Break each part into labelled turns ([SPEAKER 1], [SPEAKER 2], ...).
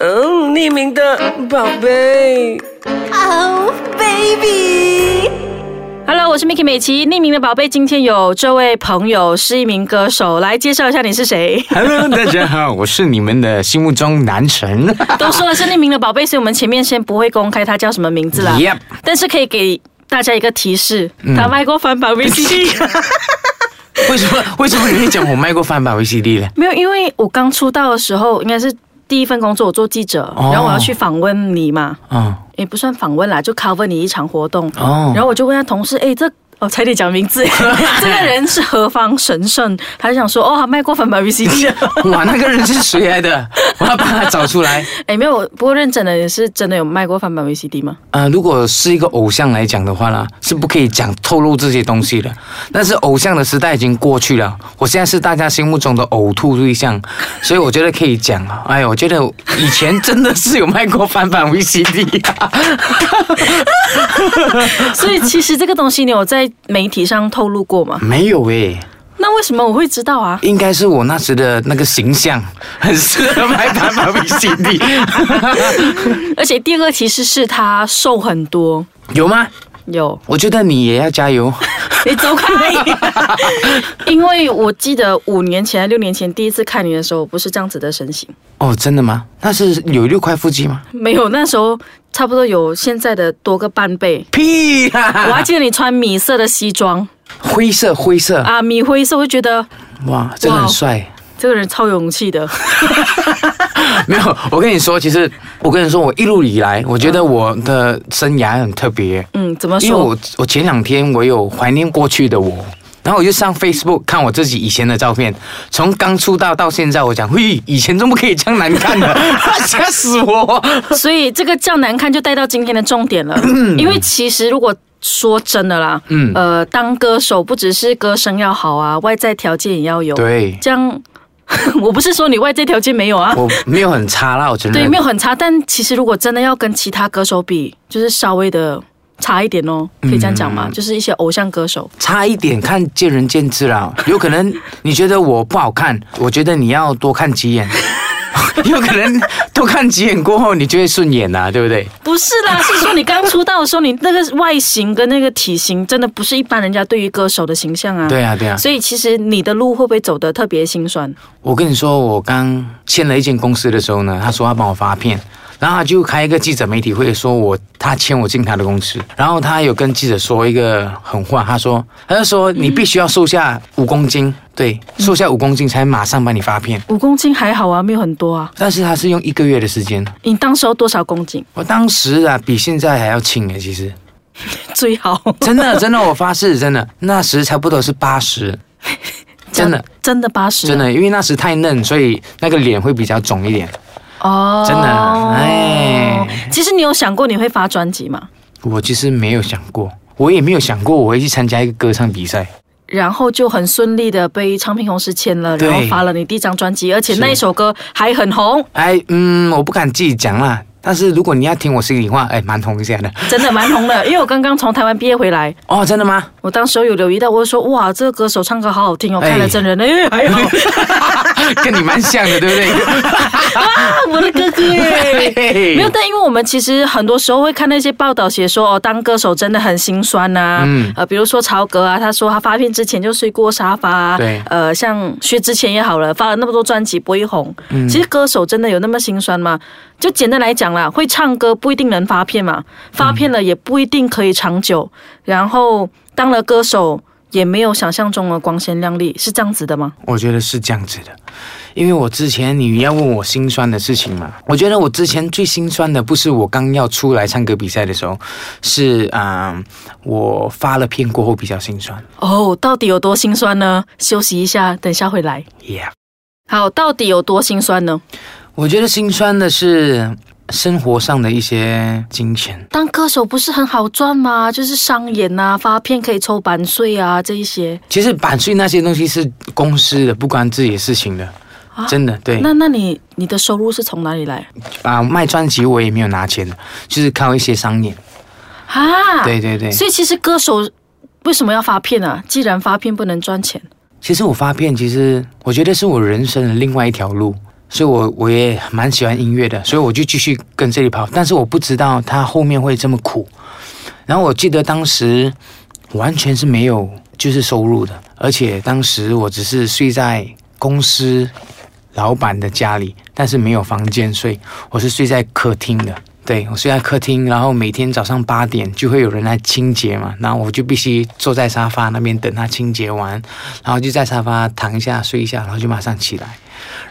[SPEAKER 1] 嗯，匿名的宝贝。
[SPEAKER 2] Oh baby，
[SPEAKER 3] Hello，我是 Miki 美琪，匿名的宝贝。今天有这位朋友是一名歌手，来介绍一下你是 谁。
[SPEAKER 4] Hello，大家好，我是你们的心目中男 神。
[SPEAKER 3] 都说了是匿名的宝贝，所以我们前面先不会公开他叫什么名字啦。
[SPEAKER 4] Yep
[SPEAKER 3] 但是可以给大家一个提示，
[SPEAKER 4] 嗯
[SPEAKER 3] 他卖过翻 版 VCD。
[SPEAKER 4] 为什么为什么你会讲我卖过翻版 VCD 呢？
[SPEAKER 3] 没有，因为我刚出道的时候，应该是第一份工作，我做记者，
[SPEAKER 4] 哦
[SPEAKER 3] 然后我要去访问你嘛，
[SPEAKER 4] 哦
[SPEAKER 3] 也不算访问啦，就 cover 你一场活动。
[SPEAKER 4] 哦
[SPEAKER 3] 然后我就问他同事，哎，这。哦，差点讲名 字，这个人是何方神圣？他就想说，哦，他卖过翻版 VCD 的。
[SPEAKER 4] 哇，那个人是谁来的？我要把他找出来。
[SPEAKER 3] 哎，没有，我不过认真的，你是真的有卖过翻版 VCD 吗？
[SPEAKER 4] 呃，如果是一个偶像来讲的话呢，是不可以讲透露这些东西的。但是偶像的时代已经过去了，我现在是大家心目中的呕吐对象，所以我觉得可以讲啊。哎呦，我觉得以前真的是有卖过翻版 VCD，、
[SPEAKER 3] 所以其实这个东西你有在媒体上透露过吗？
[SPEAKER 4] 没有欸诶、
[SPEAKER 3] 那为什么我会知道啊？
[SPEAKER 4] 应该是我那时的那个形象很适合卖翻版 VCD，
[SPEAKER 3] 而且第二个提示是他瘦很多，
[SPEAKER 4] 有吗？
[SPEAKER 3] 有
[SPEAKER 4] 我觉得你也要加油。
[SPEAKER 3] 你走开， 因为我记得五年前、六年前第一次看你的时候，我不是这样子的身形，
[SPEAKER 4] 哦，真的吗？那是有六块腹肌吗？
[SPEAKER 3] 没有，那时候差不多有现在的多个半倍。
[SPEAKER 4] 屁啊
[SPEAKER 3] 我还
[SPEAKER 4] 啦！
[SPEAKER 3] 记得你穿米色的西装
[SPEAKER 4] 灰色，灰色，
[SPEAKER 3] 啊，米灰色，我就觉得
[SPEAKER 4] 哇，真的很帅。
[SPEAKER 3] 这个人超有勇气的。
[SPEAKER 4] 没有，我跟你说，其实我跟你说，我一路以来，我觉得我的生涯很特别，
[SPEAKER 3] 嗯，怎么
[SPEAKER 4] 因为
[SPEAKER 3] 说？
[SPEAKER 4] 我我前两天我有怀念过去的我。然后我就上 Facebook 看我自己以前的照片，从刚出道到现在，我讲，嘿，以前怎么可以这样难看的， 吓死 我！
[SPEAKER 3] 所以这个较难看就带到今天的重点了，因为其实如果说真的啦，嗯，呃，当歌手不只是歌声要好啊，外在条件也要有。，
[SPEAKER 4] 对，
[SPEAKER 3] 这样 我不是说你外在条件没有啊，
[SPEAKER 4] 我没有很差啦，我承认。
[SPEAKER 3] 对，没有很差，但其实如果真的要跟其他歌手比，就是稍微的差一点哦，可以这样讲吗？就是一些偶像歌手，
[SPEAKER 4] 差一点看见仁见智啦，有可能你觉得我不好看，我觉得你要多看几眼， 有可能多看几眼过后你就会顺眼啦、对不对？
[SPEAKER 3] 不是 啦，是说你刚出道的时候，你那个外形跟那个体型，真的不是一般人家对于歌手的形象啊。
[SPEAKER 4] 对啊对啊
[SPEAKER 3] 所以其实你的路会不会走得特别心酸？
[SPEAKER 4] 我跟你说，我刚签了一间公司的时候呢，他说要帮我发片，然后他就开一个记者媒体会，说我他签我进他的公司，然后他有跟记者说一个狠话，他说他就说你必须要瘦下五公斤，对，瘦下五公斤才马上帮你发片，
[SPEAKER 3] 五公斤还好啊，没有很多啊。
[SPEAKER 4] 但是他是用一个月的时间，
[SPEAKER 3] 你当时候多少公斤
[SPEAKER 4] 我当时啊比现在还要轻诶，其实。
[SPEAKER 3] 最好？
[SPEAKER 4] 真的真的，我发誓，真的那时差不多是八十， 真的
[SPEAKER 3] 真的八十？啊
[SPEAKER 4] 真的，因为那时太嫩，所以那个脸会比较肿一点。
[SPEAKER 3] 哦，
[SPEAKER 4] 真的哎。
[SPEAKER 3] 其实你有想过你会发专辑吗？
[SPEAKER 4] 我其实没有想过，我也没有想过我会去参加一个歌唱比赛。
[SPEAKER 3] 然后就很顺利的被唱片公司签了，
[SPEAKER 4] 对
[SPEAKER 3] 然后发了你第一张专辑，而且那一首歌还很红，
[SPEAKER 4] 哎，嗯，我不敢自己讲啦。但是如果你要听我心里话，哎，蛮红一下的。
[SPEAKER 3] 真的蛮红 的。因为我刚刚从台湾毕业回来，
[SPEAKER 4] 哦，真的吗？
[SPEAKER 3] 我当时候有留意到，我就说哇，这个歌手唱歌好好听哦，
[SPEAKER 4] 哎
[SPEAKER 3] 看了真人，哎，还 好
[SPEAKER 4] 跟你蛮像的，对不对？
[SPEAKER 3] 啊，我的哥哎哥耶。
[SPEAKER 4] 嘿
[SPEAKER 3] 没有，但因为我们其实很多时候会看那些报道写说哦，当歌手真的很心酸呐、
[SPEAKER 4] 嗯
[SPEAKER 3] 呃，比如说曹格啊，他说他发片之前就睡过沙发、啊。
[SPEAKER 4] 对
[SPEAKER 3] 呃，像薛之谦也好了，发了那么多专辑不会红。
[SPEAKER 4] 嗯
[SPEAKER 3] 其实歌手真的有那么心酸吗？就简单来讲啦，会唱歌不一定能发片嘛，发片了也不一定可以长久。然后当了歌手。也没有想象中的光鲜亮丽，是这样子的吗？
[SPEAKER 4] 我觉得是这样子的，因为我之前你要问我心酸的事情嘛，我觉得我之前最心酸的不是我刚要出来唱歌比赛的时候，是啊、嗯我发了片过后比较心酸。
[SPEAKER 3] 哦，到底有多心酸呢？休息一下，等一下回来。
[SPEAKER 4] Yeah，
[SPEAKER 3] 好，到底有多心酸呢？
[SPEAKER 4] 我觉得心酸的是生活上的一些金钱。
[SPEAKER 3] 当歌手不是很好赚吗？就是商演啊，发片可以抽版税啊，这一些。
[SPEAKER 4] 其实版税那些东西是公司的，不关自己的事情的，真的对。
[SPEAKER 3] 那那你你的收入是从哪里来
[SPEAKER 4] 啊、卖专辑我也没有拿钱的，就是靠一些商演。
[SPEAKER 3] 啊？
[SPEAKER 4] 对对对。
[SPEAKER 3] 所以其实歌手为什么要发片啊？既然发片不能赚钱，
[SPEAKER 4] 其实我发片，其实我觉得是我人生的另外一条路，所以我我也蛮喜欢音乐的，所以我就继续跟这里跑。但是我不知道他后面会这么苦。然后我记得当时完全是没有就是收入的，而且当时我只是睡在公司老板的家里，但是没有房间睡，我是睡在客厅的。对我睡在客厅，然后每天早上八点就会有人来清洁嘛，然后我就必须坐在沙发那边等他清洁完，然后就在沙发躺一下睡一下，然后就马上起来。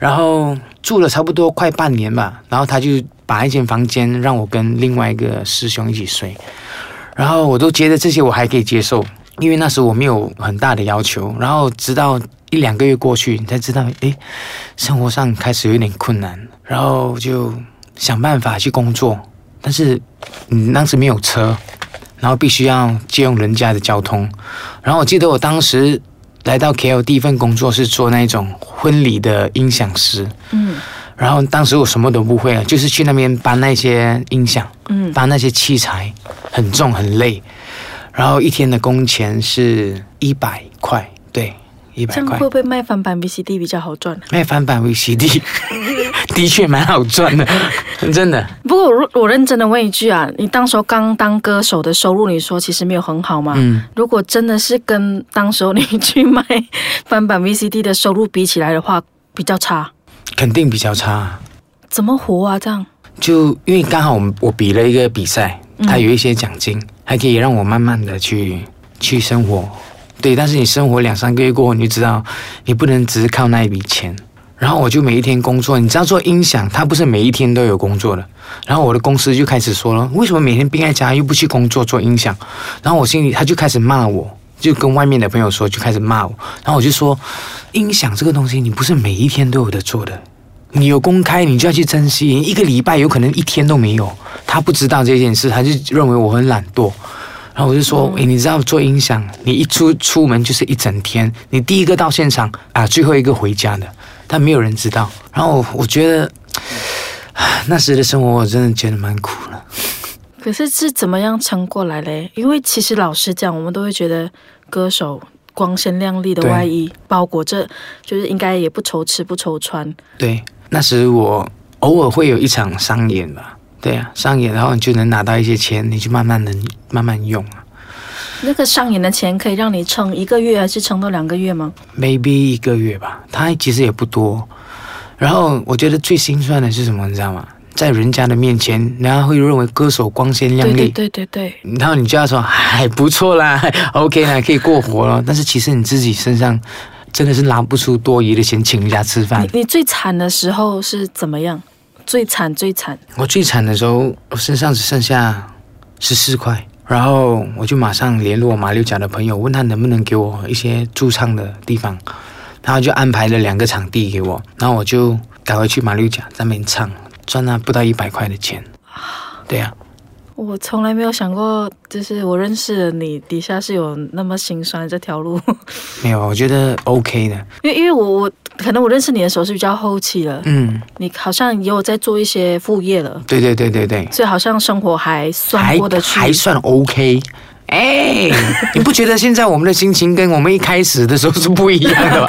[SPEAKER 4] 然后住了差不多快半年吧，然后他就把一间房间让我跟另外一个师兄一起睡，然后我都觉得这些我还可以接受，因为那时候我没有很大的要求。然后直到一两个月过去，你才知道，诶，生活上开始有点困难，然后就想办法去工作，但是你当时没有车，然后必须要借用人家的交通。然后我记得我当时来到 KL 第一份工作是做那种婚礼的音响师，
[SPEAKER 3] 嗯
[SPEAKER 4] 然后当时我什么都不会啊，就是去那边搬那些音响，
[SPEAKER 3] 嗯
[SPEAKER 4] 搬那些器材，很重很累，然后一天的工钱是一百块，对，一
[SPEAKER 3] 这
[SPEAKER 4] 百
[SPEAKER 3] 样
[SPEAKER 4] 块
[SPEAKER 3] 会。不会卖翻版 VCD 比较好赚？
[SPEAKER 4] 卖哎翻版 VCD 的确蛮好赚的，真的。
[SPEAKER 3] 不过我认我认真的问一句啊，你当时候刚当歌手的收入，你说其实没有很好嘛？
[SPEAKER 4] 嗯，
[SPEAKER 3] 如果真的是跟当时候你去卖翻版 VCD 的收入比起来的话，比较差，
[SPEAKER 4] 肯定比较差啊、
[SPEAKER 3] 怎么活啊？这样
[SPEAKER 4] 就因为刚好我们我比了一个比赛，它有一些奖金，还可以让我慢慢的去去生活。对，但是你生活两三个月过后，你就知道你不能只是靠那一笔钱。然后我就每一天工作，你知道做音响，它不是每一天都有工作的。然后我的公司就开始说了，为什么每天病在家又不去工作做音响？然后我心里他就开始骂我，就跟外面的朋友说，就开始骂我。然后我就说，音响这个东西你不是每一天都有的做的，你有公开，你就要去珍惜。一个礼拜有可能一天都没有，他不知道这件事，他就认为我很懒惰。然后我就说，诶，你知道做音响，你一出出门就是一整天，你第一个到现场啊，最后一个回家的，但没有人知道。然后我我觉得， 唉那时的生活我真的觉得蛮苦了。
[SPEAKER 3] 可是是怎么样撑过来嘞？因为其实老实讲，我们都会觉得歌手光鲜亮丽的
[SPEAKER 4] 对
[SPEAKER 3] 外衣包裹着，就是应该也不愁吃不愁穿。
[SPEAKER 4] 对，那时我偶尔会有一场商演吧，对啊，商演，然后你就能拿到一些钱，你就慢慢能慢慢用啊
[SPEAKER 3] 那个上演的钱可以让你撑一个月，还是撑到两个月吗？
[SPEAKER 4] ，maybe 一个月吧，它其实也不多。然后我觉得最心酸的是什么，你知道吗？在人家的面前，人家会认为歌手光鲜亮
[SPEAKER 3] 对
[SPEAKER 4] 丽，
[SPEAKER 3] 对对对对。
[SPEAKER 4] 然后你就要说哎还不错啦，OK 啦，可以过活了。但是其实你自己身上真的是拿不出多余的钱请人家吃饭。
[SPEAKER 3] 你你最惨的时候是怎么样？最惨最惨，
[SPEAKER 4] 我最惨的时候，我身上只剩下十四块，然后我就马上联络马六甲的朋友，问他能不能给我一些驻唱的地方，然后就安排了两个场地给我，然后我就赶回去马六甲在那边唱，赚了不到一百块的钱。对啊呀、
[SPEAKER 3] 我从来没有想过，就是我认识的你底下是有那么心酸这条路，
[SPEAKER 4] 没有，我觉得 OK 的。
[SPEAKER 3] 因为因为我我可能我认识你的时候是比较后期了，
[SPEAKER 4] 嗯，
[SPEAKER 3] 你好像也有在做一些副业了，
[SPEAKER 4] 对对对对对。
[SPEAKER 3] 所以好像生活还算
[SPEAKER 4] 还
[SPEAKER 3] 过得去。
[SPEAKER 4] 还算 OK。哎，你不觉得现在我们的心情跟我们一开始的时候是不一样的吗？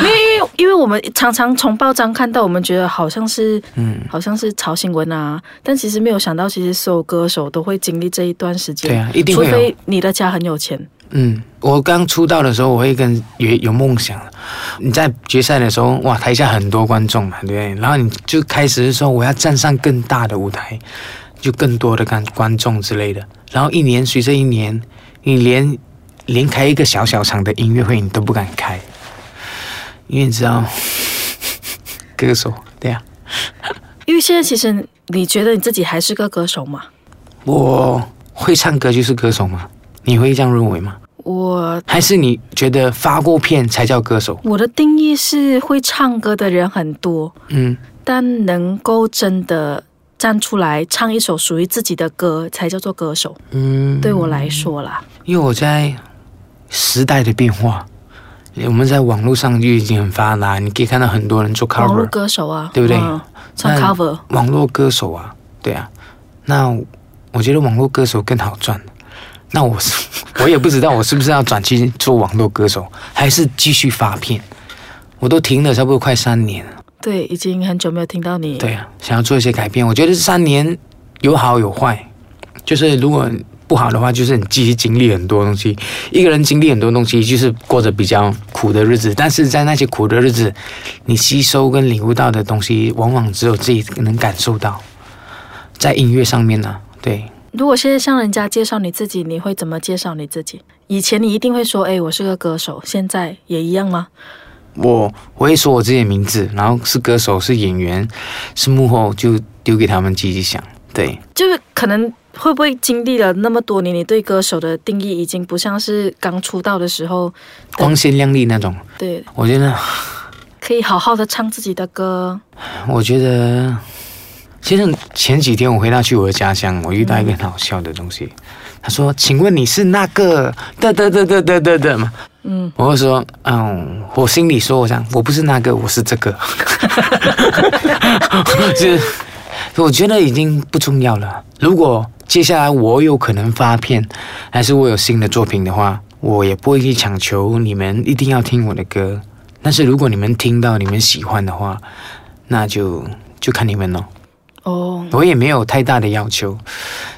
[SPEAKER 3] 因为因为因为我们常常从报章看到，我们觉得好像是嗯，好像是炒新闻啊，但其实没有想到，其实所有歌手都会经历这一段时间，
[SPEAKER 4] 对啊一定会有
[SPEAKER 3] 除非你的家很有钱。
[SPEAKER 4] 嗯，我刚出道的时候，我会跟有有梦想。你在决赛的时候，哇，台下很多观众嘛，对不对？然后你就开始说我要站上更大的舞台，就更多的观观众之类的。然后一年随着一年，你连连开一个小小场的音乐会你都不敢开，因为你知道，歌手对啊呀、
[SPEAKER 3] 因为现在其实你觉得你自己还是个歌手嘛？
[SPEAKER 4] 我会唱歌就是歌手吗？你会这样认为吗？
[SPEAKER 3] 我
[SPEAKER 4] 还是你觉得发过片才叫歌手？
[SPEAKER 3] 我的定义是会唱歌的人很多，
[SPEAKER 4] 嗯，
[SPEAKER 3] 但能够真的站出来唱一首属于自己的歌才叫做歌手。
[SPEAKER 4] 嗯，
[SPEAKER 3] 对我来说啦，
[SPEAKER 4] 因为我在时代的变化，我们在网络上就已经很发达，你可以看到很多人做
[SPEAKER 3] 网络
[SPEAKER 4] cover，
[SPEAKER 3] 歌手啊，
[SPEAKER 4] 对不对
[SPEAKER 3] 嗯唱
[SPEAKER 4] 那
[SPEAKER 3] cover，
[SPEAKER 4] 网络歌手啊，对啊。那我觉得网络歌手更好赚。那我是 我也不知道我是不是要转去做网络歌手，还是继续发片，我都停了差不多快三年了。
[SPEAKER 3] 对，已经很久没有听到你。
[SPEAKER 4] 对啊，想要做一些改变。我觉得三年有好有坏，就是如果不好的话，就是你自己经历很多东西。一个人经历很多东西，就是过着比较苦的日子。但是在那些苦的日子，你吸收跟领悟到的东西，往往只有自己能感受到。在音乐上面呢、对，
[SPEAKER 3] 如果现在向人家介绍你自己，你会怎么介绍你自己？以前你一定会说，哎，我是个歌手，现在也一样吗？
[SPEAKER 4] 我我会说我自己的名字，然后是歌手，是演员，是幕后，就丢给他们自己想。对，
[SPEAKER 3] 就是可能会不会经历了那么多年，你对歌手的定义已经不像是刚出道的时候，
[SPEAKER 4] 光鲜亮丽那种，
[SPEAKER 3] 对，
[SPEAKER 4] 我觉得
[SPEAKER 3] 可以好好的唱自己的歌。
[SPEAKER 4] 我觉得，其实前几天我回到去我的家乡，我遇到一个很好笑的东西。他说：“请问你是那个的的的的的的的吗？”嗯，我就说：“嗯，我心里说，我想我不是那个，我是这个。 就是”我觉得已经不重要了。如果接下来我有可能发片，还是我有新的作品的话，我也不会去强求你们一定要听我的歌。但是如果你们听到你们喜欢的话，那就就看你们咯。
[SPEAKER 3] 哦，
[SPEAKER 4] 我也没有太大的要求，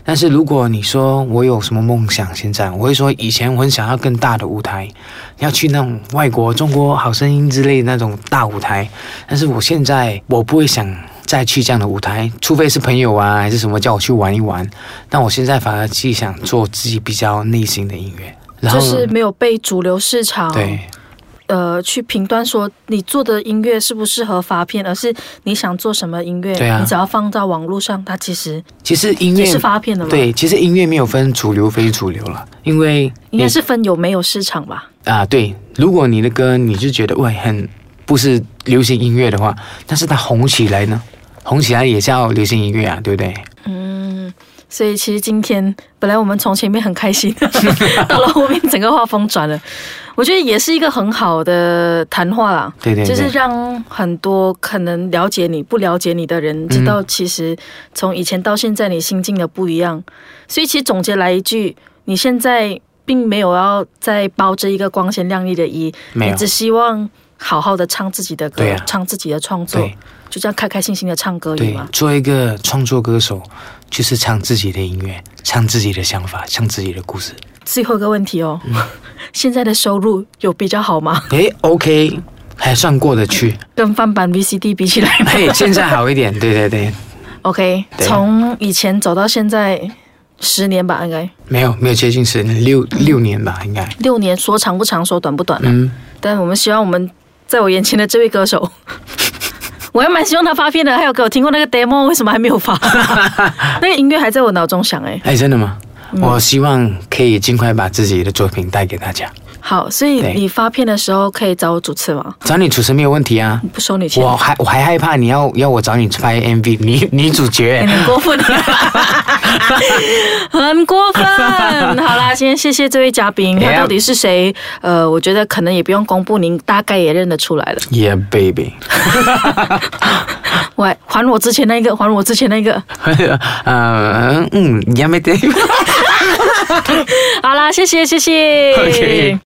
[SPEAKER 4] 但是如果你说我有什么梦想，现在我会说以前我很想要更大的舞台，要去那种外国、中国好声音之类的那种大舞台，但是我现在我不会想再去这样的舞台，除非是朋友啊还是什么叫我去玩一玩，但我现在反而自己想做自己比较内心的音乐，然后、
[SPEAKER 3] 就是嗯没有被主流市场
[SPEAKER 4] 对。
[SPEAKER 3] 呃去评断说你做的音乐适不适合发片，而是你想做什么音乐，
[SPEAKER 4] 对啊
[SPEAKER 3] 你只要放到网络上，它其实
[SPEAKER 4] 其实音乐
[SPEAKER 3] 也是发片的嘛。，
[SPEAKER 4] 对，其实音乐没有分主流非主流了，因为
[SPEAKER 3] 应
[SPEAKER 4] 你
[SPEAKER 3] 该是分有没有市场吧。
[SPEAKER 4] 啊，对，如果你的歌你就觉得喂很不是流行音乐的话，但是它红起来呢，红起来也叫流行音乐啊，对不对？
[SPEAKER 3] 所以其实今天本来我们从前面很开 心，到了后面整个画风转了，我觉得也是一个很好的谈话啦。
[SPEAKER 4] 对对对
[SPEAKER 3] 就是让很多可能了解你不了解你的人知
[SPEAKER 4] 嗯
[SPEAKER 3] 道，其实从以前到现在你心境的不一样。所以其实总结来一句，你现在并没有要再包着一个光鲜亮丽的衣，
[SPEAKER 4] 没有
[SPEAKER 3] 你只希望好好的唱自己的歌，
[SPEAKER 4] 对啊
[SPEAKER 3] 唱自己的创作
[SPEAKER 4] 对，
[SPEAKER 3] 就这样开开心心的唱歌而已
[SPEAKER 4] 对
[SPEAKER 3] 嘛，。
[SPEAKER 4] 做一个创作歌手就是唱自己的音乐，唱自己的想法，唱自己的故事。
[SPEAKER 3] 最后一个问题哦，
[SPEAKER 4] 嗯
[SPEAKER 3] 现在的收入有比较好吗？
[SPEAKER 4] 诶 o k 还算过得去。
[SPEAKER 3] 跟翻版 VCD 比起来
[SPEAKER 4] 嘿，现在好一点，对对对，
[SPEAKER 3] ，OK，
[SPEAKER 4] 对啊
[SPEAKER 3] 从以前走到现在十年吧，应该
[SPEAKER 4] 没有没有接近十年，六六年吧，应该。
[SPEAKER 3] 六年，说长不长，说短不短了。
[SPEAKER 4] 嗯，
[SPEAKER 3] 但我们希望我们在我眼前的这位歌手， 我还蛮希望他发片的。还有给我听过那个 demo，为什么还没有 发？那个音乐还在我脑中响哎、
[SPEAKER 4] 哎，真的吗？我希望可以尽快把自己的作品带给大家。
[SPEAKER 3] 好，所以
[SPEAKER 4] 对
[SPEAKER 3] 你发片的时候可以找我主持吗？
[SPEAKER 4] 找你主持没有问题啊，
[SPEAKER 3] 不收你钱。
[SPEAKER 4] 我还我还害怕你要要我找你拍 MV 女女主角
[SPEAKER 3] 有，点欸过 分，很过分。好啦，先谢谢这位嘉宾，他
[SPEAKER 4] Yeah
[SPEAKER 3] 到底是谁？呃，我觉得可能也不用公布，您大概也认得出来了。
[SPEAKER 4] ，Yeah baby， 啊
[SPEAKER 3] 喂，还我之前那个，还我之前那个。
[SPEAKER 4] 呃嗯，Yeah baby。
[SPEAKER 3] 好啦，谢谢，谢谢。
[SPEAKER 4] OK